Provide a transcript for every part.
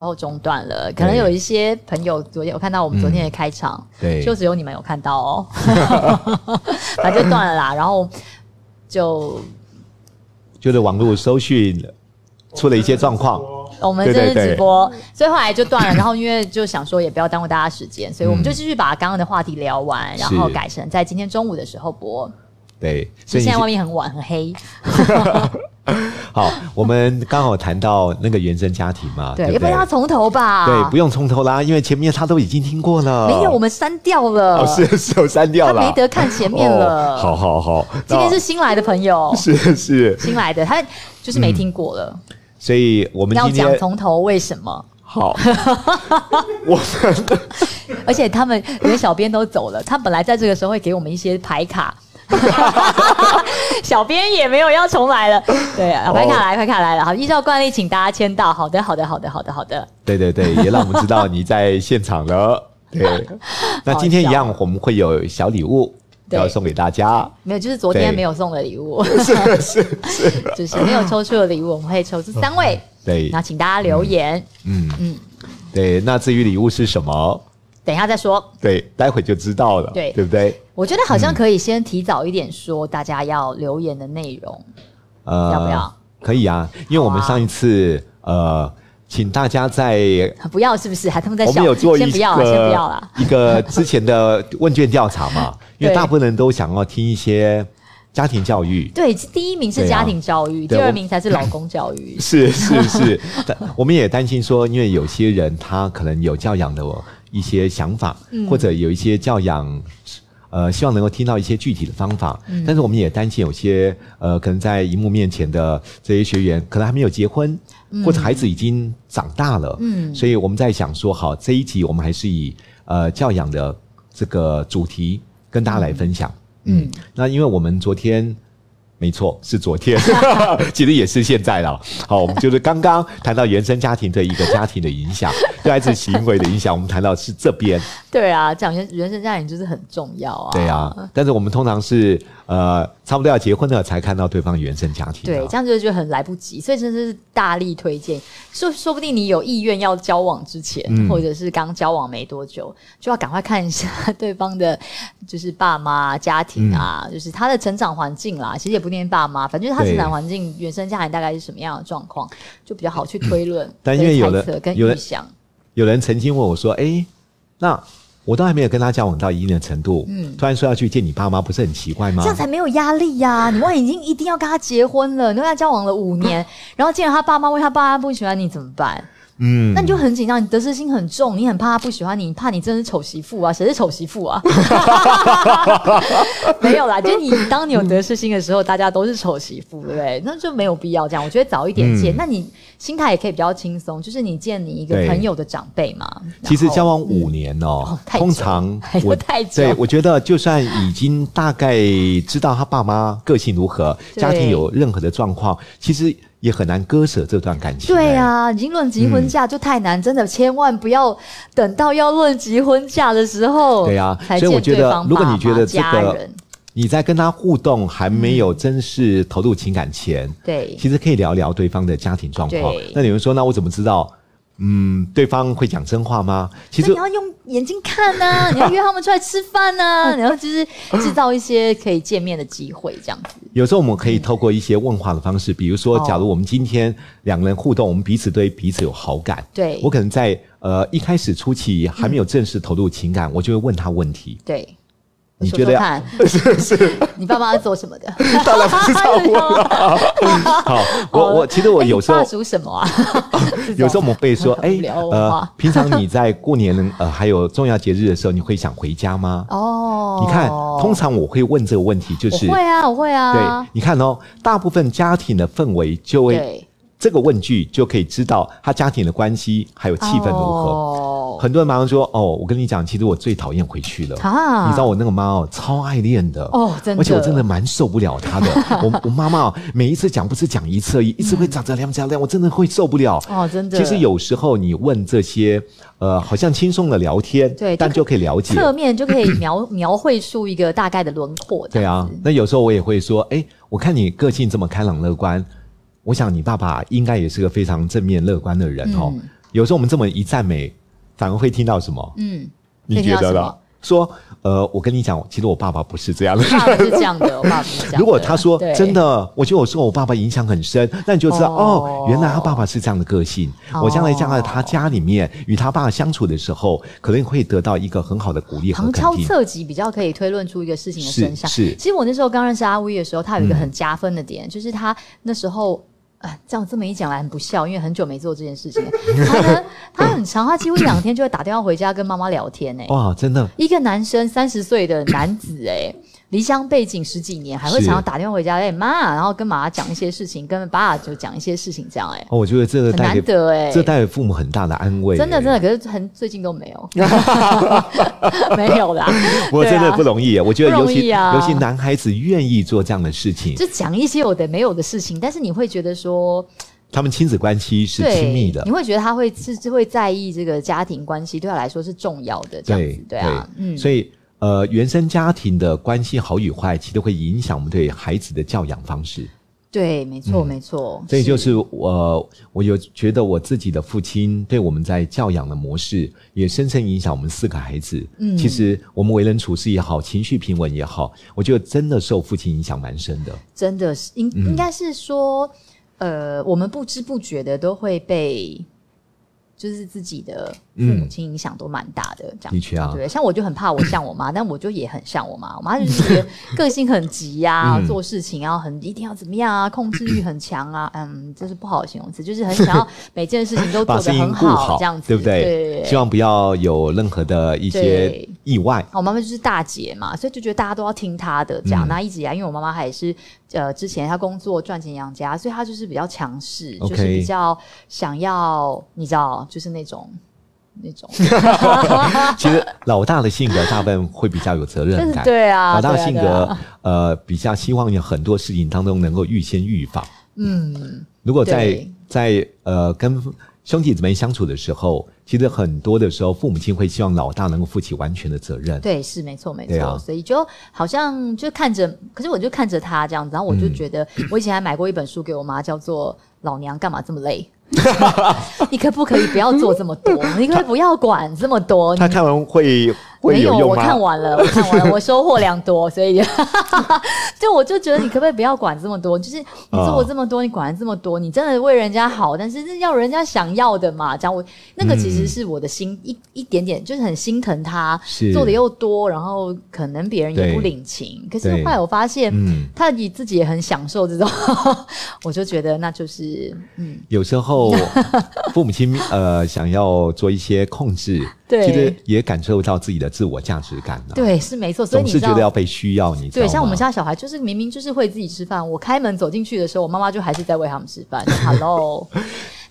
然后中断了，可能有一些朋友昨天我看到我们昨天的开场，对，就只有你们有看到哦，反正就断了啦。然后就就是网络搜寻出了一些状况，我们对这对是直播，所以后来就断了。然后因为就想说也不要耽误大家时间，所以我嗯们就继续把刚刚的话题聊完，然后是改成在今天中午的时候播。对，所所以以你现在是外面很晚很黑，好，我们刚好谈到那个原生家庭嘛，对，啊对要不不然要对？从头吧？对，不用从头啦，因为前面他都已经听 过了。没有，我们删掉了，哦，是是有删掉他了，没得看前面了。哦好哦好好，今天那是新来的朋友，是是，新来的他就是嗯没听过了，所以我们要今讲天从头为什么？好， 我们而且他们连小编都走了，他本来在这个时候会给我们一些牌 卡，小编也没有要重来了。对，啊，哦牌卡来，牌卡来了。好，依照惯例，请大家签到。好的，好的，好的，好的，好的。对对对，也让我们知道你在现场了。 对，那今天一样，我们会有小礼物对要送给 大家。没有，就是昨天对没有送的礼物， 就是没有抽出的礼物，我们会抽出三位。对那，请大家留言，嗯嗯嗯，对。那至于礼物是什么，等一下再说。对，待会就知道了，对对不对？我觉得好像可以先提早一点说大家要留言的内容，呃要不要？可以啊，因为我们好啊上一次呃，请大家在不要是不是？还他们在我们笑，有做先一个不要啊了，先不要了。 一个之前的问卷调查嘛，因为对大部分人都想要听一些家庭教育。对，第一名是对啊家庭教育，对第二我。名才是老公教育 是是是， 但我们也担心说，因为有些人他可能有教养的哦一些想法，或者有一些教养，呃，希望能够听到一些具体的方法。但是我们也担心有些呃，可能在荧幕面前的这些学员，可能还没有结婚，或者孩子已经长大了，嗯所以我们在想说，好，这一集我们还是以呃教养的这个主题跟大家来分享。嗯，那因为我们昨天。没错，是昨天， 其实也是现在了。好，我们就是刚刚谈到原生家庭对一个家庭的影响， 对孩子行为的影响，我们谈到是这边，对啊，讲原原生家庭就是很重要啊。对啊。但是我们通常是呃，差不多要结婚了才看到对方原生家庭、啊，对，这样就就很来不及，所以真的是大力推荐。说说不定你有意愿要交往之前，嗯或者是刚交往没多久，就要赶快看一下对方的，就是爸妈、家庭啊，就是他的成长环境啦。其实也不念爸妈，反正就是他嗯对成长环境、原生家庭大概是什么样的状况，就比较好去推论、嗯但因为有的跟猜测跟有的预想。有人曾经问我说：“哎、那我都还没有跟他交往到一定的程度，突然说要去见你爸妈，不是很奇怪嗯吗这样才没有压力呀、你万一已经一定要跟他结婚了，你跟他交往了五啊年，然后见了他爸妈，为他爸妈不喜欢你怎么办？？”嗯那你就很紧张，你得失心很重，你很怕他不喜欢你，你怕你真的是丑媳妇啊？谁是丑媳妇 啊？没有啦，就你当你有得失心的时候，大家都是丑媳妇，对不对？那就没有必要这样。我觉得早一点见，嗯那你心态也可以比较轻松，就是你见你一个对朋友的长辈嘛。其实然后交往五年哦，哦太久 通常哎呦我太久对我觉得，就算已经大概知道他爸妈个性如何，对家庭有任何的状况，其实也很难割舍这段感情。对哎，啊，已经论及婚嫁就太难，真的千万不要等到要论及婚嫁的时候，对啊才所以我见觉对得方如果爸你觉妈得这家个人你在跟他互动还没有真是投入情感前，对其实可以聊聊对方的家庭状况对。那有人说，那我怎么知道？嗯，对方会讲真话吗？其那实你要用眼睛看呐、 你要约他们出来吃饭呐、然后就是制造一些可以见面的机会，这样子。有时候我们可以透过一些问话的方式，比如说哦，假如我们今天两人互动，我们彼此对彼此有好感，对我可能在呃一开始初期还没有正式投入情嗯感，我就会问他问题。 对，你说觉得说要看， 你爸妈做什么的？当然不知道我了。啊 好，我我其实 我哎有你时候爸属什么 啊？有 时候我们会说，很哎无聊的啊 呃话，平常你在过年呃还有重要节日的时候，你会想回家吗？哦，你看，通常我会问这个问题，就是我会啊，我会啊对，，你看哦，大部分家庭的氛围就会对，这个问句就可以知道他家庭的关系还有气氛如何。哦很多人马上说：“哦，我跟你讲，其实我最讨厌回去了。啊你知道我那个妈哦，超爱练的哦真的而且我真的蛮受不了她的。 我我妈妈哦每一次讲不是讲一次而已，一次会讲着两讲两，我真的会受不了。哦，真的。其实有时候你问这些，呃，好像轻松的聊天，对但就就可以了解侧面就可以描 描绘出一个大概的轮廓。这对样啊，那有时候我也会说，哎、我看你个性这么开朗乐观，我想你爸爸应该也是个非常正面乐观的人哦。嗯有时候我们这么一赞美，反而会听到什么？嗯，你会听觉到得什呢么？说，呃，我跟你讲，其实我爸爸不是这样的。爸爸是这样 的，我爸爸是这样的。如果他说对真，的，我觉得我受我爸爸影响很深，那你就知道哦哦原来他爸爸是这样的个性。哦我将来将来他家里面与他爸相处的时候，可能会得到一个很好的鼓励和旁肯敲定。侧击比较可以推论出一个事情的是真相。是其实我那时候刚认识阿威的时候，他有一个嗯很加分的点，就是他那时候。啊，这样这么一讲来很不孝，因为很久没做这件 事情了。他呢，他很长，他几乎一两天就会打电话回家跟妈妈聊天欸呢、哇，真的一个男生三十岁的男子、哎，离乡背景十几年，还会是常常打电话回家，哎、妈，然后跟妈妈讲一些事情，跟爸爸就讲一些事情，这样、哎，哦，我觉得这个很带难给得哎、这带给父母很大的安慰。真的真的，的，可是很最近都没 有， 没有啦。我对真的啊不容易耶。我觉得不尤容易其啊尤其男孩子愿意做这样的事情，就讲一些有的没有的事情，但是你会觉得说，他们亲子关系是对，亲密的你。会觉得他会是是会在意这个家庭关系，对他来说是重要的，这样子，对啊，嗯，所以呃，原生家庭的关系好与坏，其实都会影响我们对孩子的教养方式。对，没错，没错，所以就是我，我有觉得我自己的父亲对我们在教养的模式，也深深影响我们四个孩子。嗯其实我们为人处事也好，情绪平稳也好，我觉得真的受父亲影响蛮深的。真的是应嗯应该是说，呃，我们不知不觉的都会被。就是自己的父母亲影响都蛮大的，这样、嗯的确啊对，像我就很怕我像我 妈，但我就也很像我妈。我妈就是觉得个性很急呀、嗯做事情啊很一定要怎么样啊，控制欲很强啊，嗯，这是不好的形容词，就是很想要每件事情都做把得事情很顾好，这样子，对不对？对希望不要有任何的一些对意外。我妈妈就是大姐嘛，所以就觉得大家都要听她的这样。嗯那一直以来，因为我妈妈还是呃之前她工作赚钱养家，所以她就是比较强势就 OK 是比较想要，你知道，就是那种那种，啊其实老大的性格大部分会比较有责但任是 感，对啊，老大的对啊性对啊格呃比较希望有很多事情当中能够预先预防。嗯，如果在对在呃跟兄弟姊妹相处的时候，其实很多的时候，父母亲会希望老大能够负起完全的责任。对，是没错没对错。啊所以就好像就看着，可是我就看着她这样子，然后我就嗯觉得，我以前还买过一本书给我妈，叫做《老娘干嘛这么 累》。你可不可以不要做这么多？你可不可以不要管这么多？你他看完会会没有，有用我看吗？嗯完 了，我看完了，我收获良多，所以 就我就觉得你可不可以不要管这么多？就是你做我这么多，你管了这么多，你真的为人家好，但是是要人家想要的嘛？讲我那个其实是我的心、一一点点，就是很心疼他是做的又多，然后可能别人也对不领情。可是对后来我发现，嗯他你自己也很享受这种， 我就觉得那就是嗯，有时 候父母亲呃想要做一些控制，对其实也感受到自己的自我价值感了、，对，是没错。所以啊总你知是觉道得。要被需要，你知道对，吗？像我们家小孩，就是明明就是会自己吃饭，我开门走进去的时候，我妈妈就还是在喂他们吃饭 ，hello。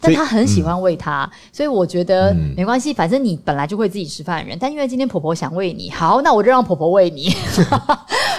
但她很喜欢喂他，所以我觉得嗯没关系，反正你本来就会自己吃饭的人，但因为今天婆婆想喂你，好，那我就让婆婆喂 你，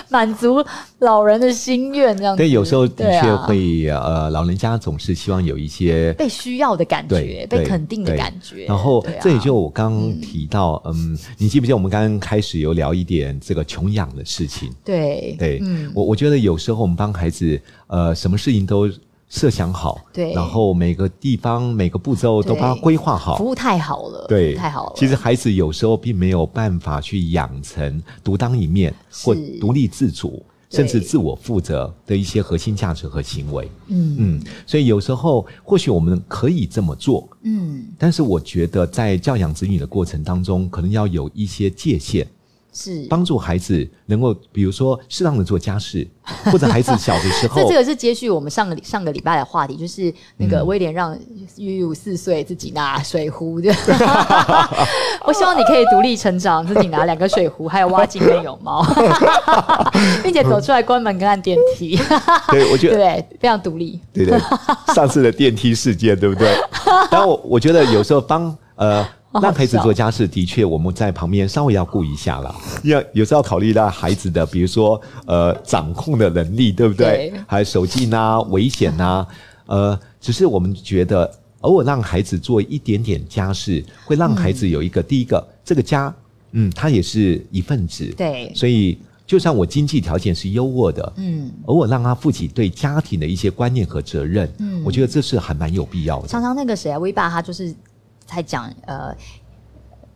满足老人的心愿，这样子。对，有时候的对确啊会、呃，老人家总是希望有一些被需要的感觉对，被对肯定的对感觉。然后对啊这也就我刚刚提到，嗯，你记不记得我们刚刚开始有聊一点这个穷养的事情？对对，嗯，我我觉得有时候我们帮孩子，呃，什么事情都设想好，对然后每个地方每个步骤都对帮他规划服好。务太好了，对，太好了。其实孩子有时候并没有办法去养成独当一面或是独立自主，对甚至自我负责的一些核心价值和行为。嗯嗯，所以有时候或许我们可以这么做，嗯但是我觉得在教养子女的过程当中，可能要有一些界限，是。帮助孩子能够，比如说适当的做家事，或者孩子小的时这候 这，个是接续我们上个礼上个礼拜的话题，就是那个威廉让悠悠四岁自己拿水壶 的。我希望你可以独立成长，自己拿两个水壶，还有挖井跟泳猫， 并且走出来关门跟按电梯，对我 觉对不得对？非常独立。对对，上次的电梯事件对不对？但我我觉得有时候帮呃。好让孩子笑做家事，的确，我们在旁边稍微要顾一下啦，要有时候要考虑到孩子的，比如说呃掌控的能力，对不对？对还有手机呐、危险呐、呃，只是我们觉得偶尔让孩子做一点点家事，会让孩子有一个、第一个，这个家，嗯，他也是一份子，对所以就算我经济条件是优渥的，嗯，偶尔让他负起对家庭的一些观念和责任，嗯我觉得这是还蛮有必要的。常常那个谁啊，威爸他就是。在讲呃，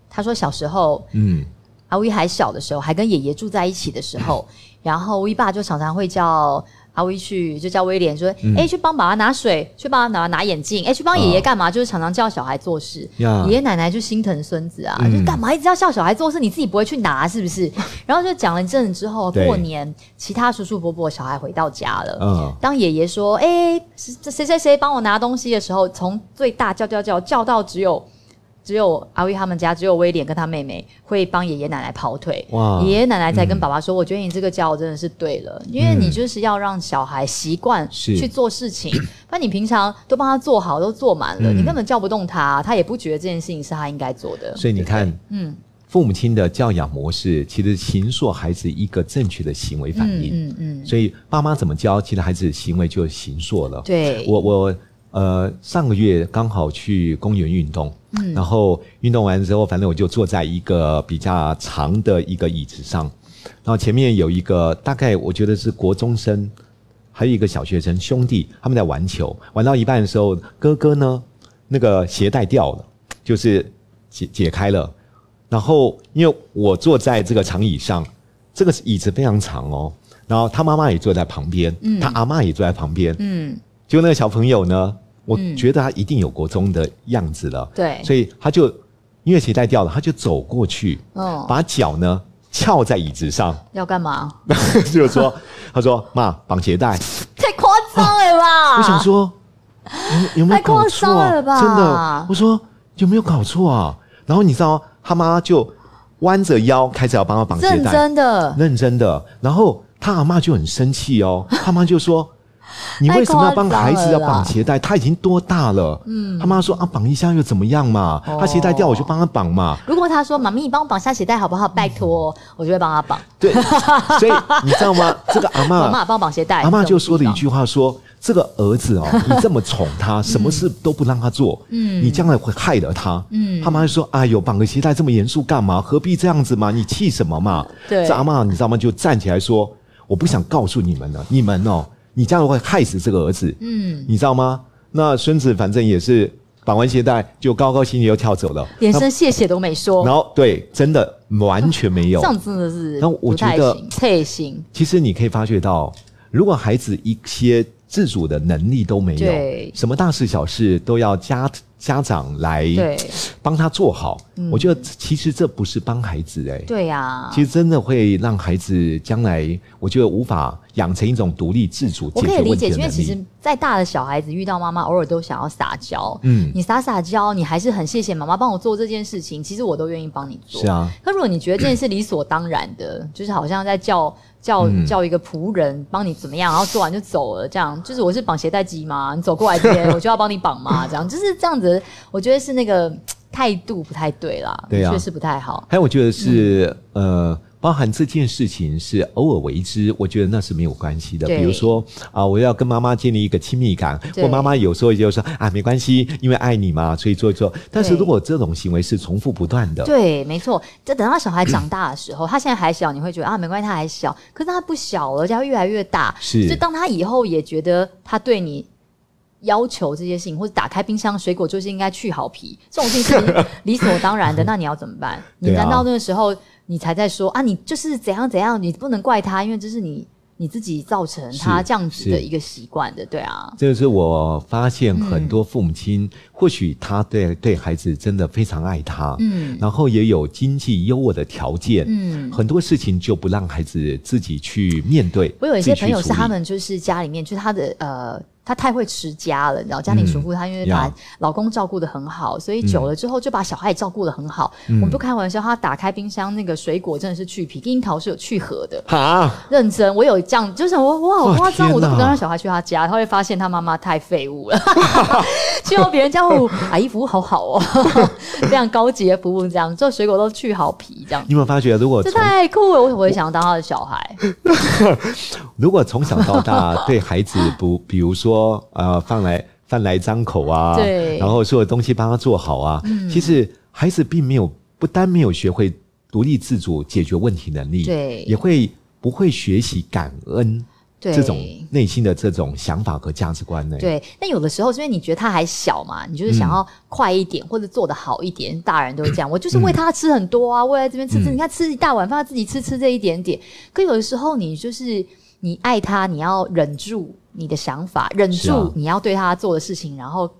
他说小时候嗯，阿威还小的时候，还跟爷爷住在一起的时候，嗯然后威爸就常常会叫阿威去，就叫威廉说：“哎、嗯去帮爸爸拿水，去帮爸爸拿眼镜，哎、去帮爷爷干嘛？”就是常常叫小孩做事。啊呀爷爷奶奶就心疼孙子啊，嗯就干嘛一直要叫小孩做事？你自己不会去拿是不是？然后就讲了一阵子之后，对过年其他叔叔伯伯小孩回到家了，嗯当爷爷说：“哎、这谁谁谁帮我拿东西的时候，从最大叫叫叫叫到只有只有阿威他们家只有威廉跟他妹妹会帮爷爷奶奶跑腿。哇嗯爷爷奶奶才跟爸爸说：‘我觉得你这个教我真的是对了，因为你就是要让小孩习惯是去做事情，不然你平常都帮他做好，都做满了，嗯你根本叫不动他，他也不觉得这件事情是他应该做的。’所以你看，嗯父母亲的教养模式其实形塑孩子一个正确的行为反应。嗯嗯嗯，所以爸妈怎么教，其实孩子行为就形塑了。对，我我呃上个月刚好去公园运动，然后运动完之后，反正我就坐在一个比较长的一个椅子上，然后前面有一个大概我觉得是国中生，还有一个小学生兄弟，他们在玩球，玩到一半的时候，哥哥呢那个鞋带掉了，就是解解开了，然后因为我坐在这个长椅上，这个椅子非常长哦。然后他妈妈也坐在旁边，他阿嬷也坐在旁边，嗯就那个小朋友呢，我觉得他一定有国中的样子了，对所以他就因为鞋带掉了，他就走过去，嗯，把脚呢翘在椅 子上，要干嘛？就是说，他说妈绑鞋带，太夸张了吧？我想说嗯有有没有搞错啊太夸张啊？了吧真的，我说有没有搞错啊？然后你知道他妈就弯着腰开始要帮他绑鞋带，认真的，认真的。然后他阿妈就很生气 哦，他妈就说：“你为什么要帮孩子要绑鞋带？他已经多大了？”嗯，他妈说：“啊，绑一下又怎么样嘛？哦他鞋带掉，我就帮他绑嘛。如果他说：“妈咪，你帮我绑下鞋带好不好？”拜托，嗯我就会帮他绑。 对，所以你知道吗？这个阿妈妈妈，帮我绑鞋带。嗯阿妈就说了一这种句话说。这个儿 子哦，你这么宠他，嗯什么事都不让他做，嗯，你将来会害了他。嗯，他妈就说：“哎呦，绑个鞋带这么严肃干嘛？何必这样子嘛？你气什么嘛？”对这阿妈你知道吗？就站起来说：“我不想告诉你们了，你们哦，你这样会害死这个儿子。”地方，嗯，你知道吗？那孙子反正也是绑完鞋带就高高兴兴又跳走了，连声谢谢都没说然，后对，真的完全没有这。样真的是那我不太觉得行，退行。其实你可以发觉到，如果孩子一些自主的能力都没对有，什么大事小事都要家家长来对嗯帮他做好，我觉得其实这不是帮孩子哎、对啊呀，其实真的会让孩子将来，我觉得无法养成一种独立自主我解可以决理问解，题的因为能其实力。再大的小孩子遇到妈妈，偶尔都想要撒娇。嗯你撒撒娇，你还是很谢谢妈妈帮我做这件事情，其实我都愿意帮你做。是啊，可如果你觉得这件事理所当然的， 就是好像在叫叫嗯叫一个仆人帮你怎么样，然后做完就走了，这样就是我是绑鞋带机吗？你走过来这 边，我就要帮你绑吗？这样就是这样子，我觉得是那个态度不太对啦，对啊确实不太好。还有，我觉得是、呃，包含这件事情是偶尔为之，我觉得那是没有关系的。对比如说啊、我要跟妈妈建立一个亲密感，对或妈妈有时候就说啊，没关系，因为爱你嘛，所以做一做。但是对如果这种行为是重复不断的，对，没错。这等到小孩长大的时候，他现在还小，你会觉得啊，没关系，他还小。可是他不小了，他会越来越大。是就当他以后也觉得他对你要求这些事情，或者打开冰箱水果就是应该去好皮，这种事情是理所当然的。那你要怎么办？你对啊难道那个时候你才在说啊，你就是怎样怎样，你不能怪他，因为这是你你自己造成他是这样子的是一个习惯的，对啊。这就是我发现很多父母嗯亲，或许他对对孩子真的非常爱他，嗯然后也有经济优渥的条件，嗯很多事情就不让孩子自己去面对。我有一自己些去朋友是处理他们就是家里面，就是他的呃，他太会持家了，你知道，家庭主妇她因为把嗯呀老公照顾的很好，所以久了之后就把小孩也照顾的很好。嗯我们不开玩笑，他打开冰箱那个水果真的是去皮，樱桃是有去核的。啊，认真，我有这样，就是我哇，好哇夸张，天我都不敢哪让小孩去他家，他会发现他妈妈太废物了， 去到别人家，哦，阿姨服务好好哦， 非常高级的服务，这样做水果都去好皮，这样你 有没有发觉，如果这从太酷了，我我也想要当他的小孩，如果从小到 大对孩子不，比如说呃，饭来饭来张口啊，对嗯然后所有东西帮他做好啊，其实孩子并没有不单没有学会独立自主解决问题能力，对也会不会学习感恩，对这种内心的这种想法和价值观呢、对，但有的时候是因为你觉得他还小嘛，你就是想嗯要快一点、或者做得好一点。大人都是这样，我就是喂他吃很多啊，喂在这边吃吃，嗯你看吃一大碗饭，他自己吃吃这一点点。可有的时候你就是你爱他，你要忍住你的想法，忍是啊住你要对他做的事情，然后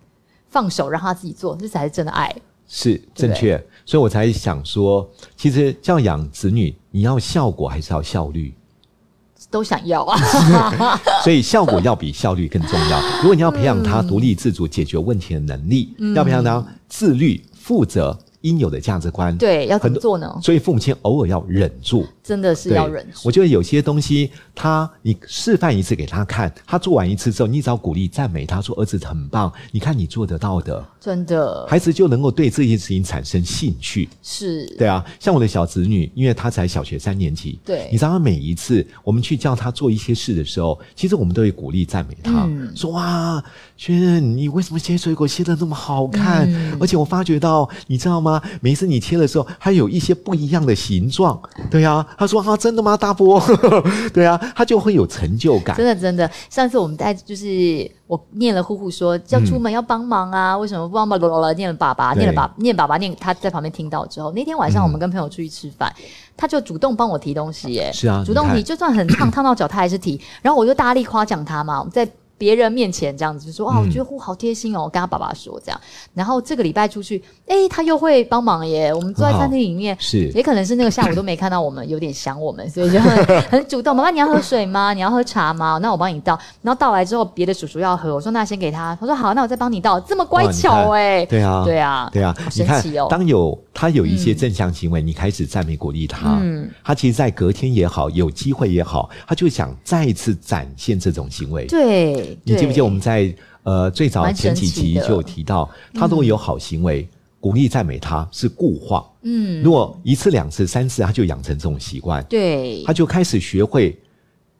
放手让他自己做，这才是真的爱。是正确，所以我才想说，其实教养子女，你要效果还是要效率？都想要啊， 所以效果要比效率更重要。如果你要培养他独立自主解决问题的能力，嗯要培养他自律、负责、应有的价值观。，对，要怎么很多做呢？所以父母亲偶尔要忍住，真的是对要忍住我。觉得有些东西，他你示范一次给他看，他做完一次之后，你只要鼓励赞美他说：“儿子很棒，你看你做得到的。”真的孩子就能够对这件事情产生兴趣。是对啊，像我的小子女，因为他才小学三年级，对你知道他每一次我们去叫他做一些事的时候，其实我们都会鼓励赞美他，嗯说哇，轩轩，你为什么切水果切的那么好看？嗯而且我发觉到，你知道吗？每一次你切的时候，还有一些不一样的形状。对啊，他说啊，真的吗，大伯？ 对啊，他就会有成就感真。的真的，上次我们带就是我念了呼呼说要出门要帮忙啊，为什么不帮忙？啦啦啦念了爸爸，嗯对念了爸，念爸爸，念他在旁边听到之后，那天晚上我们跟朋友出去吃饭，他就主动帮我提东西耶，嗯是啊主动提，你看就算很烫烫到脚，他还是提。然后我就大力夸奖他嘛，我们在。别人面前这样子就嗯说哇，我觉得呼好贴心哦，我跟他爸爸说这样。然后这个礼拜出去，哎、他又会帮忙耶。我们坐在很好餐厅里面，是也可能是那个下午都没看到我们，有点想我们，所以就很很主动。妈妈，你要喝水吗？你要喝茶吗？那我帮你倒。然后倒来之后，别的叔叔要喝，我说那先给他。他说好，那我再帮你倒。这么乖巧哇哎、对啊，对啊，对啊好，你神看奇哦，。当有他有一些正向行为，你开始赞美鼓励他，嗯他其实，在隔天也好，有机会也好，他就想再一次展现这种行为。对，你记不记对得我们在呃最早蛮前神几奇集的就有提到，他如果有好行为，鼓励赞美他是固化，嗯如，果一次、两次、三次，他就养成这种习惯，对他，就开始学会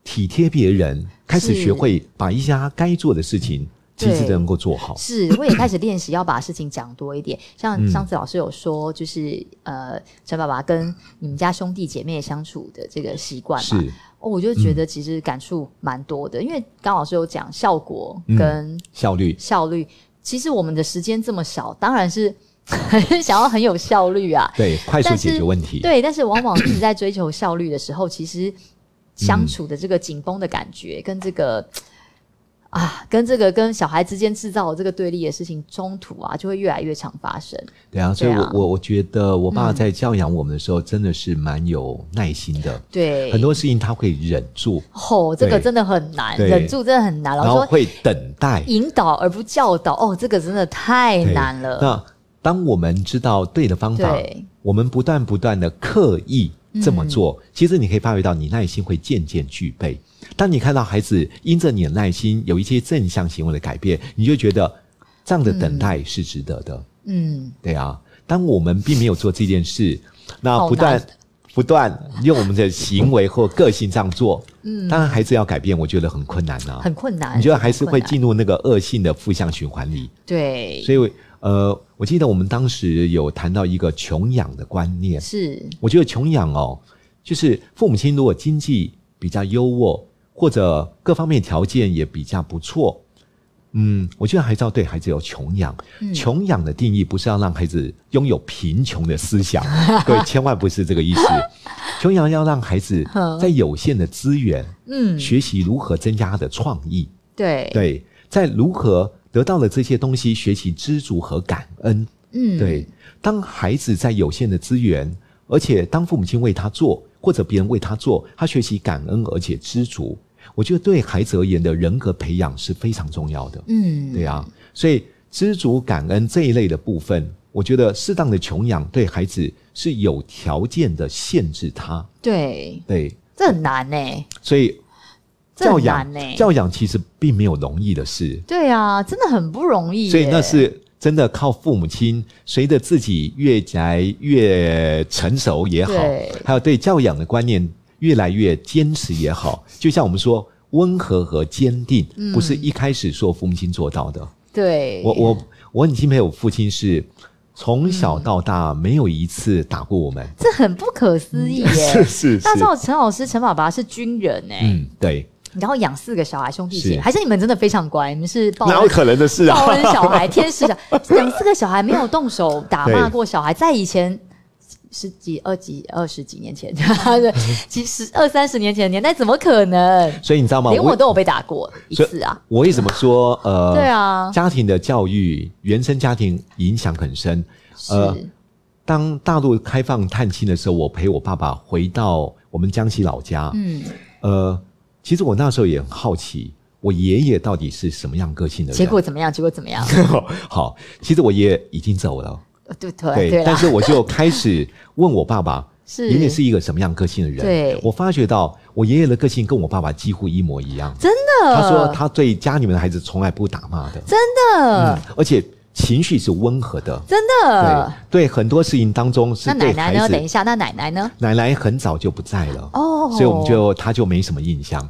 体贴别人，开始学会把一些他该做的事情，及时对的能够做好。是，我也开始练习要把事情讲多一点。像嗯上次老师有说，就是呃，陈爸爸跟你们家兄弟姐妹相处的这个习惯嘛，是，哦，我就觉得其实感触蛮多的，因为刚老师有讲效果嗯跟效率效率。其实我们的时间这么少，当然是 很想要很有效率啊。对，快速但是解决问题。对，但是往往一直在追求效率的时候，其实相处的这个紧绷的感觉，跟这个啊，跟这个跟小孩之间制造的这个对立的事情冲突啊，就会越来越常发生。对啊，所以对我、啊嗯我我觉得我爸在教养我们的时候，真的是蛮有耐心的，对，很多事情他会忍住，吼、这个对真的很难，对忍住真的很难。然老后师说会等待。引导而不教导，哦，这个真的太对难了。那当我们知道对的方法对，我们不断不断的刻意这么做，嗯其实你可以发觉到你耐心会渐渐具备。当你看到孩子因着你的耐心有一些正向行为的改变，你就觉得这样的等待是值得的。嗯，对啊，当我们并没有做这件事，那好不断难不断用我们的行为或个性这样做，嗯，当然孩子要改变，我觉得很困难啊。很困难。你觉得还很是困会难进入那个恶性的负向循环里？对，所以，呃，我记得我们当时有谈到一个穷养的观念，是我觉得穷养哦，就是父母亲如果经济比较优渥，或者各方面条件也比较不错，嗯，我觉得还是要对孩子有穷养。穷养的定义不是要让孩子拥有贫穷的思想，各位千万不是这个意思。穷养要让孩子在有限的资源，嗯哎学习如何增加他的创意。对，对，在如何得到了这些东西，学习知足和感恩。嗯，对，当孩子在有限的资源，而且当父母亲为他做，或者别人为他做，他学习感恩而且知足，我觉得对孩子而言的人格培养是非常重要的。嗯，对啊，所以知足感恩这一类的部分，我觉得适当的穷养对孩子是有条件的限制他。对，对，这很难呢、所以这教很养、难欸呢、教养其实并没有容易的事。对啊，真的很不容易耶、所以那是真的靠父母亲，随着自己越来越成熟也好对，还有对教养的观念越来越坚持也好，就像我们说温和和坚定，不是一开始说父母亲做到的。对，我我我很敬佩我父亲是。从小到大没有一次打过我们，这很不可思议耶、嗯 是 那时候陈老师、陈爸爸是军人哎、嗯，对，然后养四个小孩，兄弟姐，是还是你们真的非常乖，你们是报哪有可能的事啊报？恩小孩，天使小 孩，养四个小孩没有动手打骂过小孩，在以前。十几、二几、二十几年前， 几十二三十年前的年代，怎么可能？所以你知道吗？连我都有被打过一次啊！我为什么说呃，对啊家庭的教育，原生家庭影响很深。呃是，当大陆开放探亲的时候，我陪我爸爸回到我们江西老家。嗯，呃，其实我那时候也很好奇，我爷爷到底是什么样个性的人。结果怎么样？结果怎么样？ 好，其实我爷爷已经走了，呃对对对但啦，是我就开始问我爸爸，是爷爷是一个什么样个性的人？对我发觉到我爷爷的个性跟我爸爸几乎一模一样。真的，他说他对家里面的孩子从来不打骂的，嗯真的，而且情绪是温和的。真的。对对，很多事情当中是那对奶奶孩呢？子等一下，那奶奶呢？奶奶很早就不在了，哦所以我们就他就没什么印象，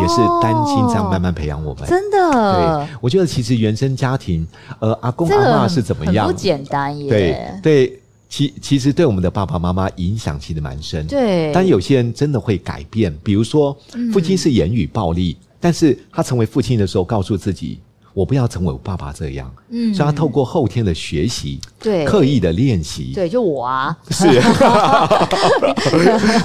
也是单亲这样慢慢培养我们。真对的，，我觉得其实原生家庭，呃，阿公这阿个嬷是怎么样很不？简单对耶。对，其其实对我们的爸爸妈妈影响其实蛮深。，对，嗯但有些人真的会改变，比如说父亲是言语暴力，但是他成为父亲的时候，告诉自己。我不要成为我爸爸这样，嗯所以他透过后天的学习，对刻意的练习，对，就我啊， 是，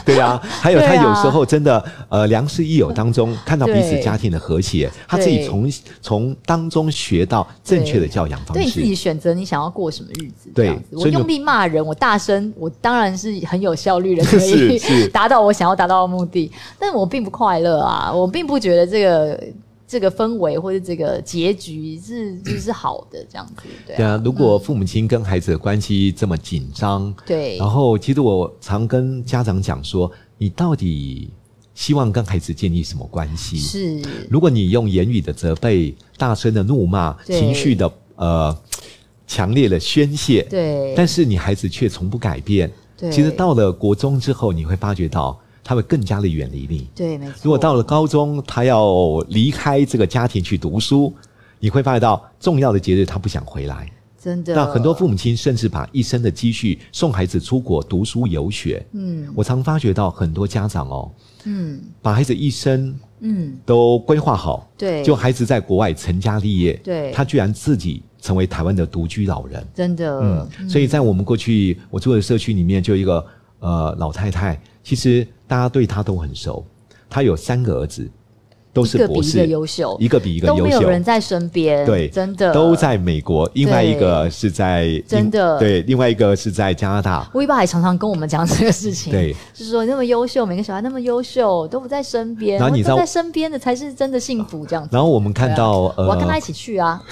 对啊，还有他对啊有时候真的，呃，良师益友当中看到彼此对家庭的和谐，他自对己从从当中学到正确的教养方对你自己式。选择你想要过什么日子，对这样子。所我以你用力骂人，我大声，我当然是很有效率 的，可以是是达到我想要达到的目的。但我并不快乐啊，我并不觉得这个这个氛围或者这个结局是就是好的这样子，对对啊啊，如果父母亲跟孩子的关系这么紧张，对然后其实我常跟家长讲说，你到底希望跟孩子建立什么关系？是如果你用言语的责备、大声的怒骂、对情绪的呃强烈的宣泄，对，但是你孩子却从不改变。对其实到了国中之后，你会发觉到他会更加的远离你。对没错。如果到了高中，他要离开这个家庭去读书，你会发觉到重要的节日他不想回来。真的，那很多父母亲甚至把一生的积蓄送孩子出国读书游学。嗯我常发觉到很多家长哦，嗯把孩子一生嗯，都规划好，对，就孩子在国外成家立业，对他居然自己成为台湾的独居老人。真的，嗯，所以在我们过去我住的社区里面，就有一个呃老太太，其实大家对她都很熟，她有三个儿子，都一是个博比一个士，优秀，一个比一个都优没有秀，人在身边，对，真的都。在美国，另外一个是在英真的对，另外一个是在加拿大，我一爸也常常跟我们讲这个事情，对，就是说那么优秀，每个小孩那么优秀，都不在身边，然后你知道都在身边的才是真的幸福，这样子。然后我们看到、我要跟他一呃，起去啊，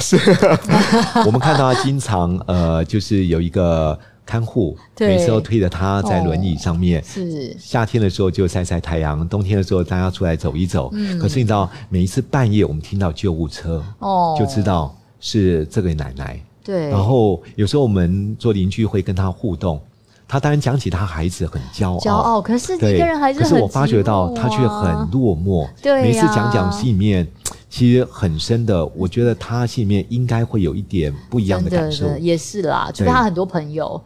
我们看到她经常呃，就是有一个看护，对哦每次都推着她在轮椅上面，是夏天的时候就晒晒太阳，冬天的时候大家出来走一走。嗯可是你知道，每一次半夜我们听到救护车，哦，就知道是这个奶奶。对，然后有时候我们做邻居会跟她互动，她当然讲起她孩子很骄傲，骄傲，可是一对，个人还是可很是我发觉寂到寞啊她却很落寞。对呀每次讲讲心里面，其实很深的，我觉得她心里面应该会有一点不一样的真感受真。也是啦，除非对他很多朋友，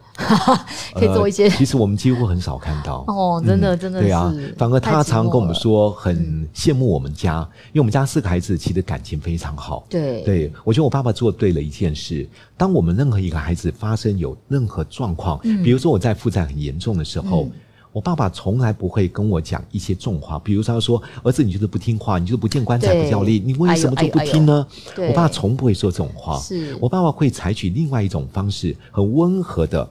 可以做一些呃其实我们几乎很少看到。哦，真的真的对啊是，，反而他太寂寞常跟我们了，嗯说很羡慕我们家，因为我们家四个孩子其实感情非常好。对对，我觉得我爸爸做对了一件事。当我们任何一个孩子发生有任何状况，嗯比如说我在负债很严重的时候，我爸爸从来不会跟我讲一些重话，比如说他说：“儿子，你就是不听话，你就是不见棺材对不掉泪，你为什么就不听呢？”哎呦哎呦哎呦我爸从不会说这种话。是啊我爸爸会采取另外一种方式，很温和的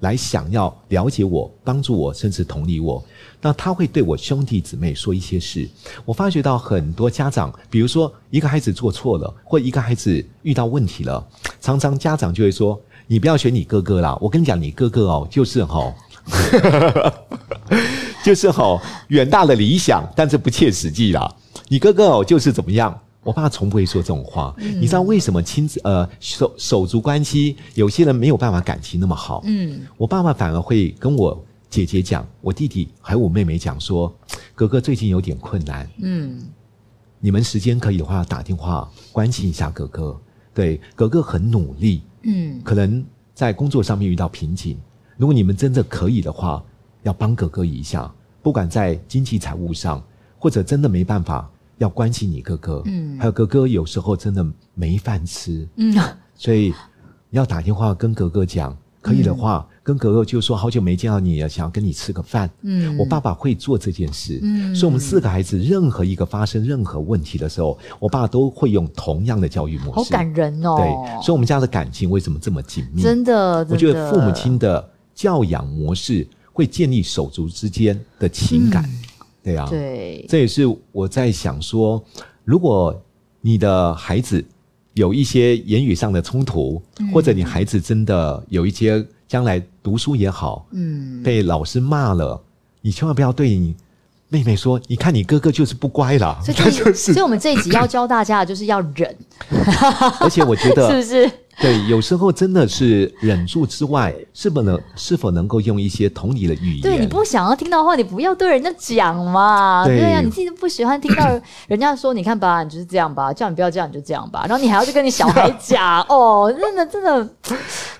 来想要了解我、帮助我，甚至同理我。那他会对我兄弟姊妹说一些事。我发觉到很多家长，比如说一个孩子做错了，或一个孩子遇到问题了，常常家长就会说：“你不要学你哥哥啦！”我跟你讲，你哥哥哦，就是哦。 就是吼、远大的理想，但是不切实际啦。你哥哥哦，就是怎么样？我爸从不会说这种话。你知道为什么亲子呃手手足关系有些人没有办法感情那么好？嗯，我爸爸反而会跟我姐姐讲，我弟弟还有我妹妹讲说，哥哥最近有点困难，嗯，你们时间可以的话打电话关心一下哥哥。对，哥哥很努力，嗯，可能在工作上面遇到瓶颈，如果你们真的可以的话，要帮哥哥一下，不管在经济财务上，或者真的没办法，要关心你哥哥，嗯还有哥哥有时候真的没饭吃，嗯，所以你要打电话跟哥哥讲，可以的话，跟哥哥就说好久没见到你了，想要跟你吃个饭。嗯我爸爸会做这件事，嗯所以我们四个孩子任何一个发生任何问题的时候，我爸都会用同样的教育模式。好感人哦。对，所以我们家的感情为什么这么紧密？真的，真的我觉得父母亲的教养模式会建立手足之间的情感，对啊，嗯对，这也是我在想说，如果你的孩子有一些言语上的冲突，嗯或者你孩子真的有一些将来读书也好，嗯，被老师骂了，你千万不要对你妹妹说，你看你哥哥就是不 乖啦， 所以这一、所以我们这一集要教大家的就是要忍，而且我觉得是不是？对，有时候真的是忍住之外，是不能是否能够用一些同理的语言？对你不想要听到的话，你不要对人家讲嘛。对对啊呀、你自己都不喜欢听到人家说，你看吧，你就是这样吧，叫你不要这样你就这样吧，然后你还要去跟你小孩讲，哦，真的真的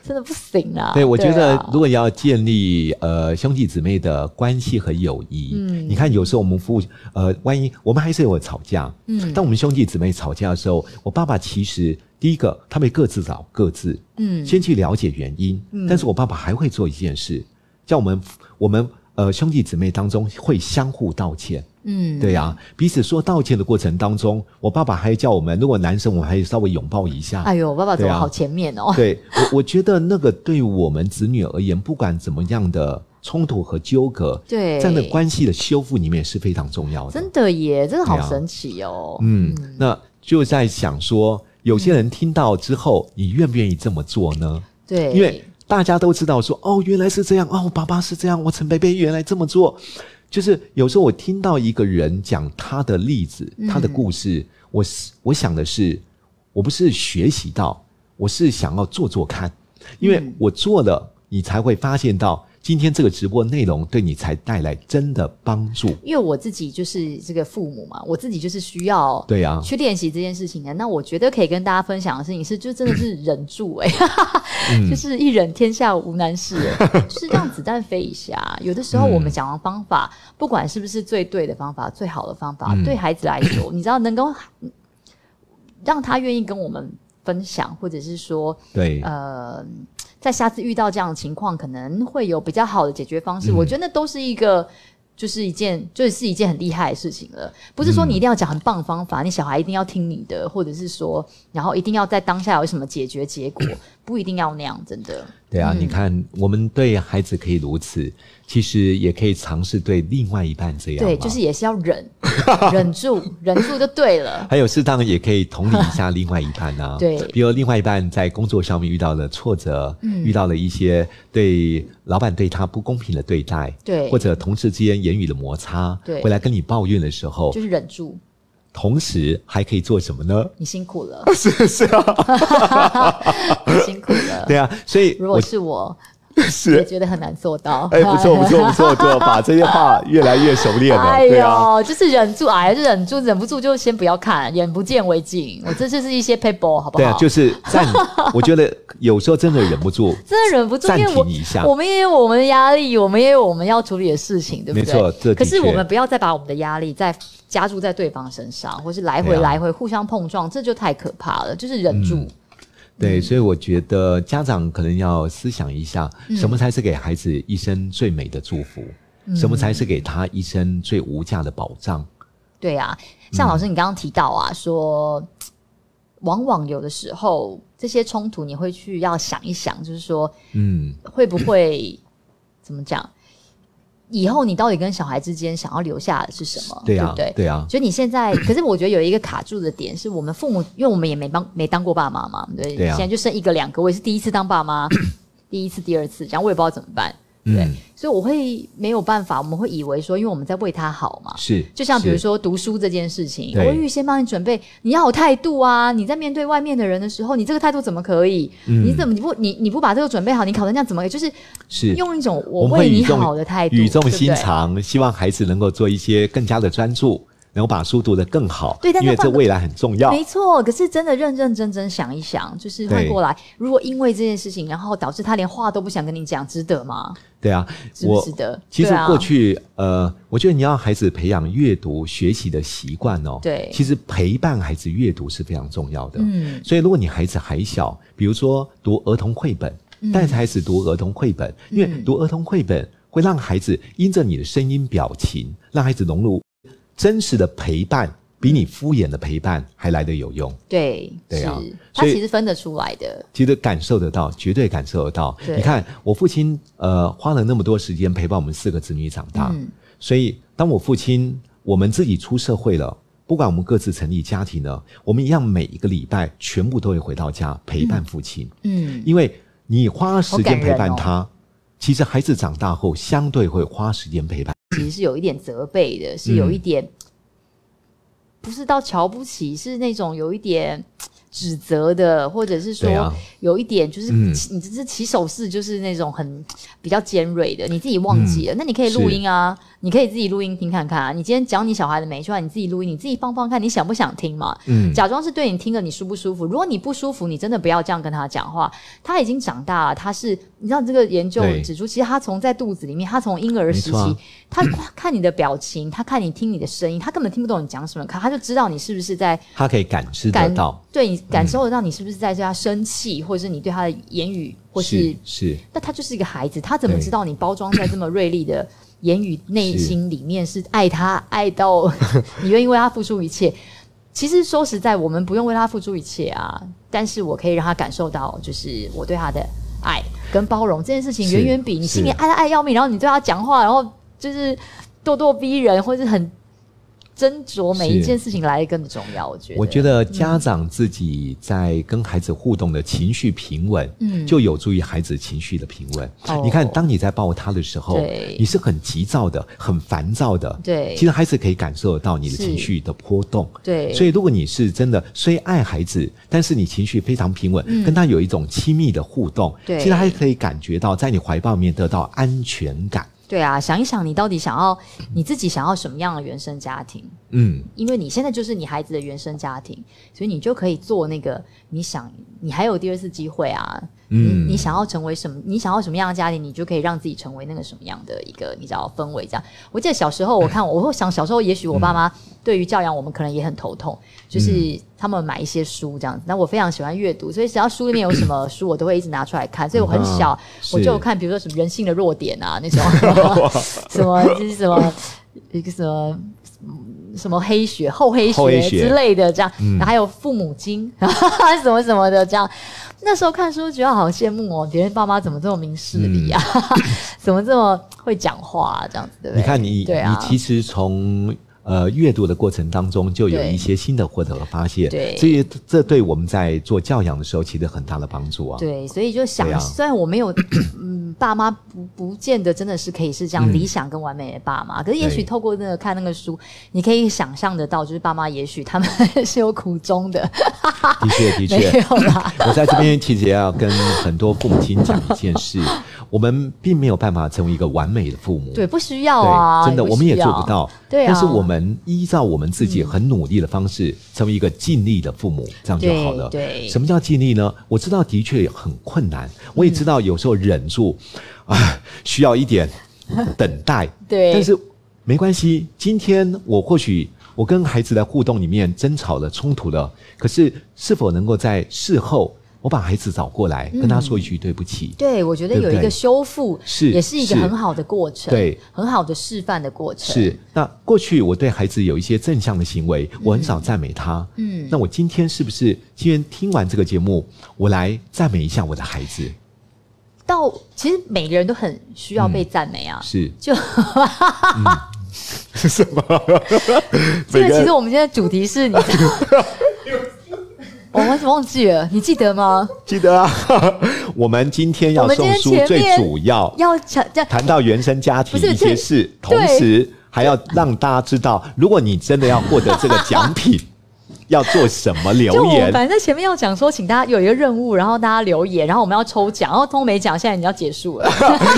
真的不行啊。啊 对，我觉得啊如果要建立呃兄弟姊妹的关系和友谊，嗯你看有时候我们父呃，万一我们还是有吵架，嗯当我们兄弟姊妹吵架的时候，我爸爸其实第一个他们各自找各自，嗯先去了解原因，嗯但是我爸爸还会做一件事，叫我们我们呃兄弟姊妹当中会相互道歉。嗯，对呀、彼此说道歉的过程当中，我爸爸还叫我们，如果男生我们还稍微拥抱一下。哎呦，我爸爸走对啊好前面哦。对我，我觉得那个对我们子女而言，不管怎么样的冲突和纠葛，对在那关系的修复里面是非常重要的。真的耶，真的好对啊神奇哦。嗯，那就在想说，有些人听到之后，你愿不愿意这么做呢？对，因为大家都知道说，哦，原来是这样，哦，爸爸是这样，我陈贝贝原来这么做。就是有时候我听到一个人讲他的例子、嗯他的故事，我是我想的是，我不是学习到，我是想要做做看，因为嗯我做了，你才会发现到今天这个直播内容对你才带来真的帮助。因为我自己就是这个父母嘛，我自己就是需要对啊，去练习这件事情的。那我觉得可以跟大家分享的事情是，就真的是忍住哎、嗯就是一忍天下无难事、欸，就是让子弹飞一下。啊有的时候我们想要方法，不管是不是最对的方法、最好的方法，嗯对孩子来说，你知道能够让他愿意跟我们分享，或者是说对，呃，在下次遇到这样的情况，可能会有比较好的解决方式。嗯我觉得那都是一个。就是一件，就是一件很厉害的事情了。不是说你一定要讲很棒的方法，你小孩一定要听你的，或者是说，然后一定要在当下有什么解决结果， 不一定要那样，真的。对啊，你看，我们对孩子可以如此，其实也可以尝试对另外一半这样嘛。对，就是也是要 忍，忍住，忍住就对了。还有适当也可以同理一下另外一半啊， 对嗯比如另外一半在工作上面遇到了挫折，遇到了一些对老板对他不公平的对待，对或者同事之间言语的摩擦，对回来跟你抱怨的时候就，是忍住，同时还可以做什么呢？你辛苦了， 是是啊，你辛苦了。 对啊，所以如果我是我，是也觉得很难做到。哎，不错不 错不错不错，把这些话越来越熟练了，哎对啊，呦，就是忍住，哎，就忍住，忍不住就先不要看，眼不见为 净。我这就是一些 paper，好不好？对啊，就是暂，我觉得有时候真的忍不住，真的忍不住，暂因停为我一下我们也有我们的压力，我们也有我们要处理的事情，对不对？没错这的可是确我们不要再把我们的压力再加注在对方身上，或是来对回啊来回互相碰撞，这就太可怕了。就是忍住，嗯嗯对，所以我觉得家长可能要思想一下，嗯什么才是给孩子一生最美的祝福，什么才是给他一生最无价的保障。对啊，嗯像老师你刚刚提到啊，说往往有的时候这些冲突，你会去要想一想，就是说嗯，会不会怎么讲？以后你到底跟小孩之间想要留下的是什么？对啊不，对？对啊，所以你现 在，可是我觉得有一个卡住的点，是我们父母，因为我们也没帮没当过爸妈嘛，对，对啊现在就剩一个两个，我也是第一次当爸 妈，第一次、第二次，然后我也不知道怎么办，对，嗯所以我会没有办法，我们会以为说，因为我们在为他好嘛，是。就像比如是，说读书这件事情，我对会预先帮你准备，你要有态度啊！你在面对外面的人的时候，你这个态度怎么可以？嗯你怎么你不你你不把这个准备好，你考成这样怎么可以？就是是用一种我我们会为语你重好的态度，语重对不心对长，希望孩子能够做一些更加的专注，能把书读得更好，对但因为那这换个未来很重要。没错，可是真的认认真真想一想，就是换对过来，如果因为这件事情，然后导致他连话都不想跟你讲，值得吗？对啊，值不我值得？其实对啊过去、呃，我觉得你要孩子培养阅读学习的习惯哦。对其实陪伴孩子阅读是非常重要的。嗯所以如果你孩子还小，比如说读儿童绘本，嗯带着孩子读儿童绘本，因为读儿童绘本会让孩子因着你的声音表情，让孩子融入真实的陪伴，比你敷衍的陪伴还来得有嗯用。对，对啊是他所以其实分得出来的，其实感受得到，绝对感受得到。对你看，我父亲呃花了那么多时间陪伴我们四个子女长大，嗯所以当我父亲我们自己出社会了，不管我们各自成立家庭呢，我们一样每一个礼拜全部都会回到家陪伴父亲，嗯，因为你花时间陪伴好感哦他，其实孩子长大后相对会花时间陪伴。其实是有一点责备的，是嗯有一点、不是到瞧不起，是那种有一点。指责的，或者是说对啊有一点就是嗯起、你只是起手式，就是那种很比较尖锐的，你自己忘记了。那你可以录嗯是音啊，你可以自己录音听看看啊。你今天讲你小孩的每一句话，你自己录音，你自己放放看，你想不想听嘛？嗯，假装是对你听了你舒不舒服。如果你不舒服，你真的不要这样跟他讲话。他已经长大了，他是你知道这个研究对指出，其实他从在肚子里面，他从婴儿时没错期啊，他他看你的表情，他看你听你的声音，他根本听不懂你讲什么，可他就知道你是不是在他可以感知得感到，嗯对你感受得到你是不是在对他生气，或者是你对他的言语，或是是是那他就是一个孩子，他怎么对知道你包装在这么锐利的言语内心里面是爱他爱到你愿意为他付出一切？ 其实说实在，我们不用为他付出一切啊，但是我可以让他感受到，就是我对他的爱跟包容这件事情，是远远比你是心里爱他爱要命，然后你对他讲话，然后就是咄咄逼人，或是很斟酌每一是件事情来的更重要。我觉得，我觉得家长自己在跟孩子互动的情绪平稳，嗯就有助于孩子情绪的平稳。哦你看，当你在抱他的时候对，你是很急躁的、很烦躁的，对其实孩子可以感受得到你的是情绪的波动。对，所以，如果你是真的虽爱孩子，但是你情绪非常平稳，跟他有一种亲密的互动，嗯对其实他可以感觉到在你怀抱里面得到安全感。对啊，想一想你到底想要你自己想要什么样的原生家庭？嗯，因为你现在就是你孩子的原生家庭，所以你就可以做那个你想，你还有第二次机会啊。嗯你你想要成为什么？你想要什么样的家庭，你就可以让自己成为那个什么样的一个你知道氛围。这样，我记得小时候，我看我会想，小时候也许我爸嗯妈对于教养我们可能也很头痛，就是他们买一些书这样子。那我非常喜欢阅读，所以只要书里面有什么书，我都会一直拿出来看。所以我很小啊，我是就有看，比如说什么人性的弱点啊 那种，什么就是什么一个什么。什么黑学、厚黑厚黑学学嗯之类的，这样，然后还有父母经， 什么什么的，这样。那时候看书觉得好羡慕哦，别人爸妈怎么这么明事理啊， 怎么这么会讲话、啊，这样子对不对？嗯你看你，对啊你其实从呃阅读的过程当中，就有对一些新的获得和发现。对所以这对我们在做教养的时候，其实很大的帮助啊。对，所以就想，对啊虽然我没有，嗯，爸妈不不见得真的是可以是这样理想跟完美的爸妈，可是也许嗯对透过那个看那个书，你可以想象得到，就是爸妈也许他们是有苦衷的，的确，的 没确。有啦，我在这边其实也要跟很多父母亲讲一件 事：我们并没有办法成为一个完美的父母。对，不需要对啊，真的不我们也需做要不。到。对啊嗯但是我们依照我们自己很努力的方式，成为一个尽力的父母，这样就好了。对嗯对什么叫尽力呢？我知道的确很困难，我也知道有时候忍住，啊，需要一点等待。 对但是没关系，今天我或许。我跟孩子在互动里面争吵了、冲突了，可是是否能够在事后，我把孩子找过来，跟嗯他说一句对不起，对，我觉得对不有一个对修复是也是一个是很好的过程，对，很好的示范的过程。是，那过去我对孩子有一些正向的行为，我很少赞美他。嗯那我今天是不是今天听完这个节目，我来赞美一下我的孩子？到其实每个人都很需要被赞美啊。是就 是什么？ 这个其实我们今天的主题 是你知道，我们忘记了，你记得吗？记得啊， 我们今天要我们今送天前，书最面主要要讲这样谈到原生家不庭是一些这事，同对 时还要让大家知道，如果你真的要获得这个奖品，要做什么留就我言们。反正在前面要讲说，请大家有一个任务，然后大家留言，然后我们要抽奖，然后通没奖，现在你要结束 了。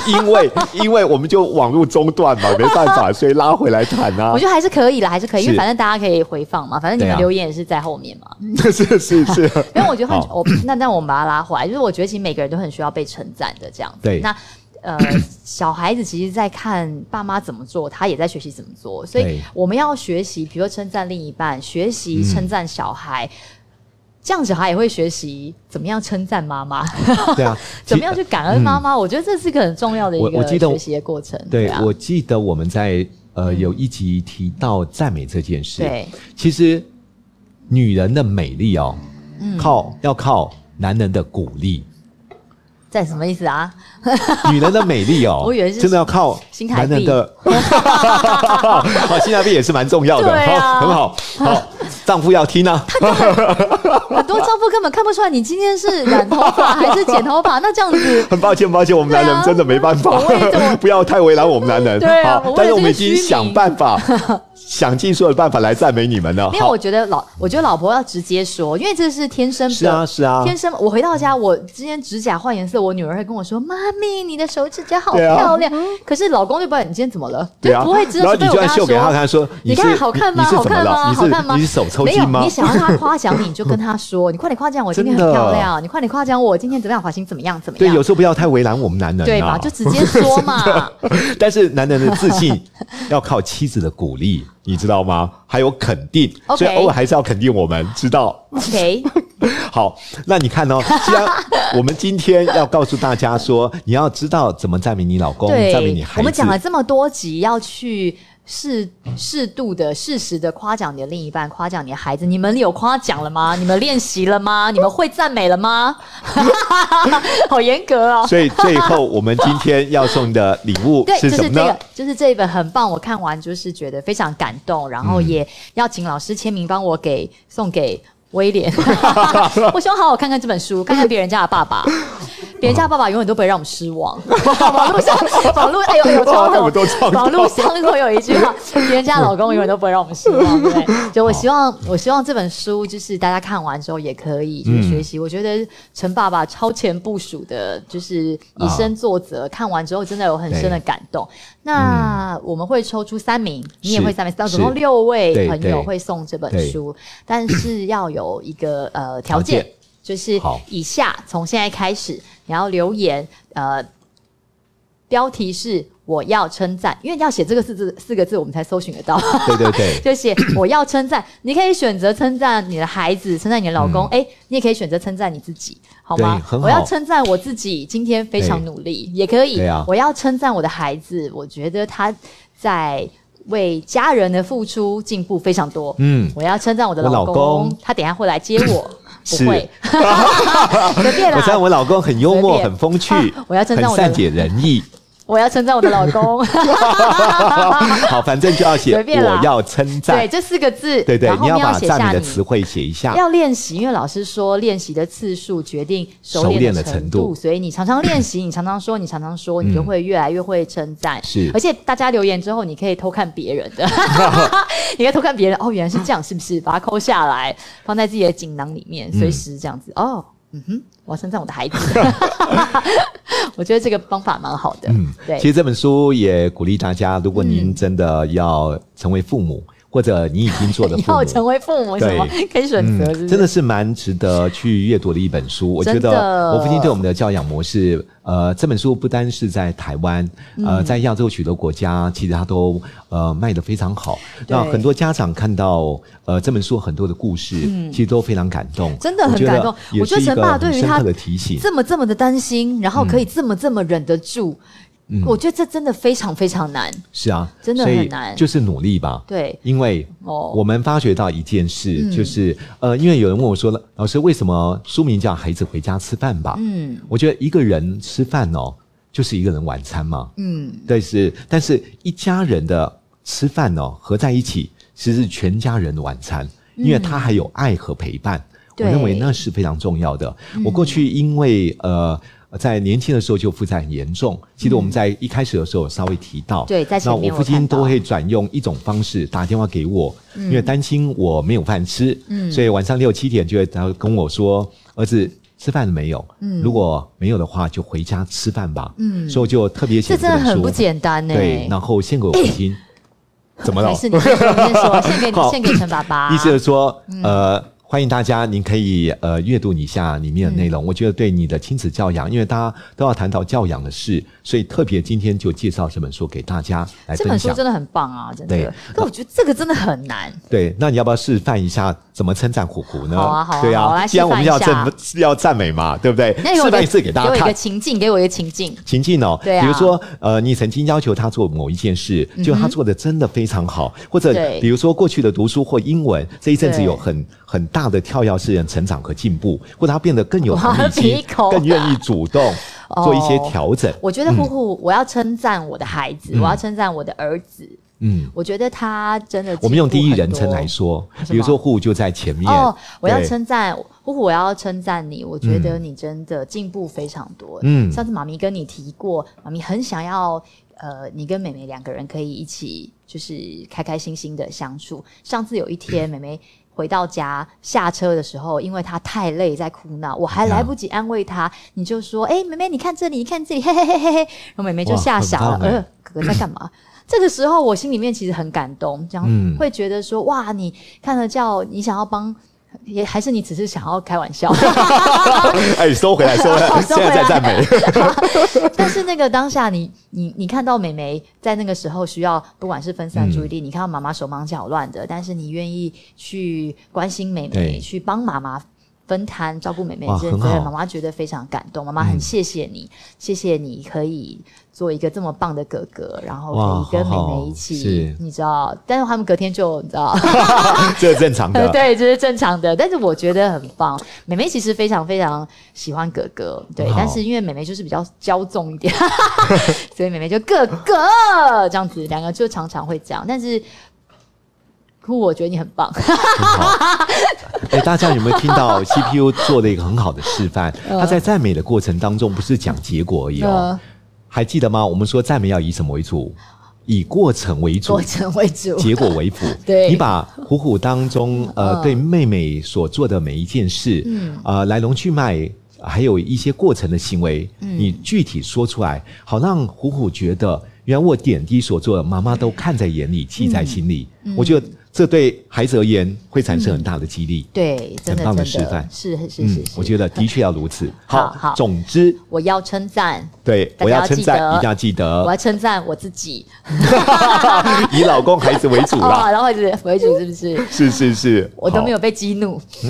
因为因为我们就网络中断嘛，没办法，所以拉回来谈啊我。觉得还是可以啦，还是可以，因为是反正大家可以回放嘛，反正你对们啊留言也是在后面嘛。 是是是，啊因为我觉得很好我那那我们把它拉回来，就是我觉得其实每个人都很需要被称赞的这样子。对那呃，小孩子其实，在看爸妈怎么做，他也在学习怎么做，所以对嗯我们要学习，比如说称赞另一半，学习称赞小孩。这样小孩也会学习怎么样称赞妈妈，对啊， 怎么样去感恩妈妈。我觉得这是个很重要的一嗯我我个记得学习的过程。对，啊我记得我们在呃有一集提到赞美这件嗯事。对，其实女人的美丽哦，嗯靠要靠男人的鼓 励，在什么意思啊？女人的美丽 哦，我以为是真的要靠新台男币 人的。 哦，新台币也是蛮重要的，对啊好，很好，好， 丈夫要听啊，很多丈夫根本看不出来你今天是染头发还是剪头发，那这样子 很抱歉，抱歉，我们对啊男人真的没办法我也懂， 不要太为难我们男人。 对啊好我为了，但是我们已这个经虚名想办法，想尽所有的办法来赞美你们了。因为我好，觉得老，我觉得老婆要直接说，因为这是天生的。是啊，是啊，天生，我回到家，我今天指甲换颜色，我女儿会跟我说：“妈咪，你的手指甲好对啊漂亮。可是老公就不知道你今天怎么了，对啊，就不会知然道后是被你我就跟要秀给他说。看，说你是看好看吗？你是好怎么看了？吗？你好看是吗？你是手抽没筋有，吗你？想让他夸奖你，你就跟他说：“你快点夸奖我，今天很 真的漂亮。你快点夸奖我，今天怎么样？发型怎么样？怎么对，样有？时候不要太为难我们男人、啊，对 吧？就直接说嘛。但是男人的自信要靠妻子的鼓励，你知道吗？还有肯定 OK 所以偶尔还是要肯定我们，知道？ OK， 好，那 你看哦，既然我们今天要告诉大家说，你要知道怎么赞美你老公，对，赞美你孩子，我们讲了这么多集，要去适适度的、适时的夸奖你的另一半，夸奖你的孩子。你们有夸奖了吗？你们练习了吗？你们会赞美了吗？ 好严格哦。 所以最后我们今天要送的礼物对，是就是什这么呢个？，就是这一本很棒，我看完就是觉得非常感动，然嗯后也要请老师签名帮我给送给威 廉。我希望好好看看这本书，看看别人家的爸爸。别人家的爸爸永远都不会让我们失望。 网络上，网络哎呦哎呦，超我们懂。都超懂网络上都有一句话：别人家老公永远都不会让我们失望，对不对？就我希望，我希望这本书就是大家看完之后也可以去嗯学习。我觉得陈爸爸超前部署的，就是以身作则。看完之后真的有很深的感动。那我们会抽出三名，你也嗯是会三名，到是总共六位对朋友对会送这本对书，但是要有一个呃条条件件。就是好以下从现在开始，你要留言，呃，标题是我要称赞，因为要写这个四字四个字，我们才搜寻得到， 对对 对，就写我要称赞。你可以选择称赞你的孩子，称赞你的老公，哎、你也可以选择称赞你自己，好吗嗯对？很好我要称赞我自己，今天非常努力，也可以。对啊我要称赞我的孩子，我觉得他在。为家人的付出进步非常多，嗯我要称赞我的我老老公，公他等一下会来接 我，不是会，随便啦。我赞我老公很幽啊默，随便很风趣啊， 我要称赞很我的善解人 意。我要称赞我的老 公， 好，反正就要写随便啦我要称对，赞，这四个字，对对然，后你后面把写赞下美你的词汇写一下。要练习，因为老师说练习的次数决定熟熟练练的的程程度，度所以你常常练习，你常常说，你常常说，你就会越来越会称赞。是而且大家留言之后，你可以偷看别人 的，你可以偷看别人哦，原来是这样，是不是？把它抠下来，放在自己的锦囊里面，嗯随时这样子。哦，嗯哼，我要称赞我的孩 子。 我觉得这个方法蛮好的。嗯，对嗯其。实这本书也鼓励大家，如果您真的要成为父母，或者你已经做了 以父后母，成为父母什么对可以选择，是不是嗯真的是蛮值得去阅读的一本书。我觉真得的我父亲对我们的教养模式，呃，这本书不单是在台湾，嗯呃，在亚洲许多国家，其实它都呃卖得非常好。对那很多家长看到呃这本书很多的故事，其实都非常感动，嗯真的很我觉得感动也我觉得是一陈个爸很对于深他刻的提醒。这么这么的担心，然后可以嗯这么这么忍得住，我觉得这真的非常非常难。是啊，真的所以很难就是努力吧。对因为哦嗯我们发觉到一件事，就是呃，因为有人问我说，老师为什么书名叫《孩子回家吃饭吧》？嗯我觉得一个人吃饭哦，就是一个人晚餐嘛。嗯，但是，但是一家人的吃饭哦，合在一起，其实是全家人的晚餐，因为他还有爱和陪伴。嗯对嗯我认为那是非常重要的。我过去因为呃呃在年轻的时候就负债很严重。记得我们在一开始的时候有稍微提到，嗯对在前那面我我父亲看到都会转用一种方式打电话给我，因为担心我没有饭吃，嗯所以晚上六七点就会他会跟我说：“儿子，吃饭了没有？嗯如果没有的话，就回家吃饭吧。”嗯所以我就特别这写真的本很书不，简单呢、欸对，然后献给我父亲。 怎么了没？事，你先说，你先 说，献给你，好献给陈爸 爸。啊意思就是说，嗯呃，欢迎大家，您可以呃阅读一下里面的嗯内容。我觉得对你的亲子教养，因为大家都要谈到教养的事，所以特别今天就介绍这本书给大家来这分本书享。真的很棒啊，真对的。但我觉得这个真的很难，对，那你要不要示范一下怎么称赞虎虎呢？好啊好啊对好啊来啊，既然我们要示范一赞要赞美嘛，对不对？那 示有范一次给大给家我一看个。情境，给我一个情境。情境哦，对啊嗯比如说，呃，你曾经要求他做某一件事，就他做的真的非常好，或者对比如说过去的读书或英文，这一阵子对有很很大的跳跃式的成长和进步，或者他变得更有哇同理鼻心，孔啊更愿意主动 哦做一些调整。我觉得嗯呼呼，我要称赞我的孩子，我要称赞我的儿子。嗯，我觉得他真的，我们用第一人称来。说，什么比如说户就在前面，哦，我要对称赞呼呼，我要称赞你。我觉得你真的进步非常多。嗯上次妈咪跟你提过，妈咪很想要呃，你跟妹妹两个人可以一起就是开开心心的相处。上次有一嗯天，妹妹。回到家下车的时候，因为她太累，在哭闹，我还啊来不及安慰她，你就说：“哎、妹妹，你看这里，你看这里，嘿嘿嘿嘿嘿。”然后妹妹就哇吓很傻了，棒哎呃，哥哥在干嘛？这个时候我心里面其实很感动，这样嗯会觉得说、哇，你看了叫你想要帮，也还是你只是想要开玩笑。 哎，收回来，收回 来，哦现 收回来在在赞美， 但是那个当下你，你你看到美眉在那个时候需要，不管是分散注意嗯力，你看到妈妈手忙脚乱的，但是你愿意去关心美眉，对去帮妈妈。分摊照顾妹妹哇这很件责任，好嗯妈妈觉得非常感动。妈妈很谢谢你，谢谢你可以做一个这么棒的哥哥，然后可以哇跟妹好好妹一起是，你知道。但是他们隔天就你知道，这是正常的。呃对，这、是正常的。但是我觉得很棒，妹妹其实非常非常喜欢哥哥，对哇。但是因为妹妹就是比较骄纵 一点，所以妹妹就哥哥这样子，两个就常常会这样。但是，哭，我觉得你很棒， 很好。 哎，大家有没有听到 CPU 做了一个很好的示范？他在赞美的过程当中，不是讲结果而已哦嗯，还记得吗？我们说赞美要以什么为主？以过程为主过，程为主。 结果为辅。对你把虎虎当中呃嗯对妹妹所做的每一件事，嗯啊来龙去脉。还有一些过程的行为，嗯你具体说出来，好让虎虎觉得，原来我点滴所做的，妈妈都看在眼里，记在心里。嗯我觉得这对孩子而言会产生很大的激励。对，真的很棒真的的示范是是是是嗯我觉得得的确要 如此。好好总之，我要称赞，对大家我要要称记赞，得一定要记我得，要称赞我自己 以老公孩子为主 哦，啦。然后就是为主是不是？是是是，我都好没有被激怒。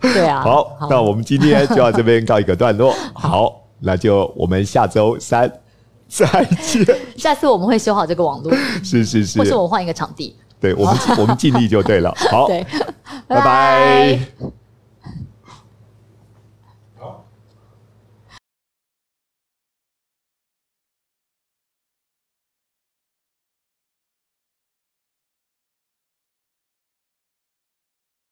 对啊，好，那我们今天就到这边告一个段 落。好，那就我们下周三再见。 下次我们会修好这个网络，是是或是是，我换一个场地。 对我们我们尽力就对了。好，对，拜拜。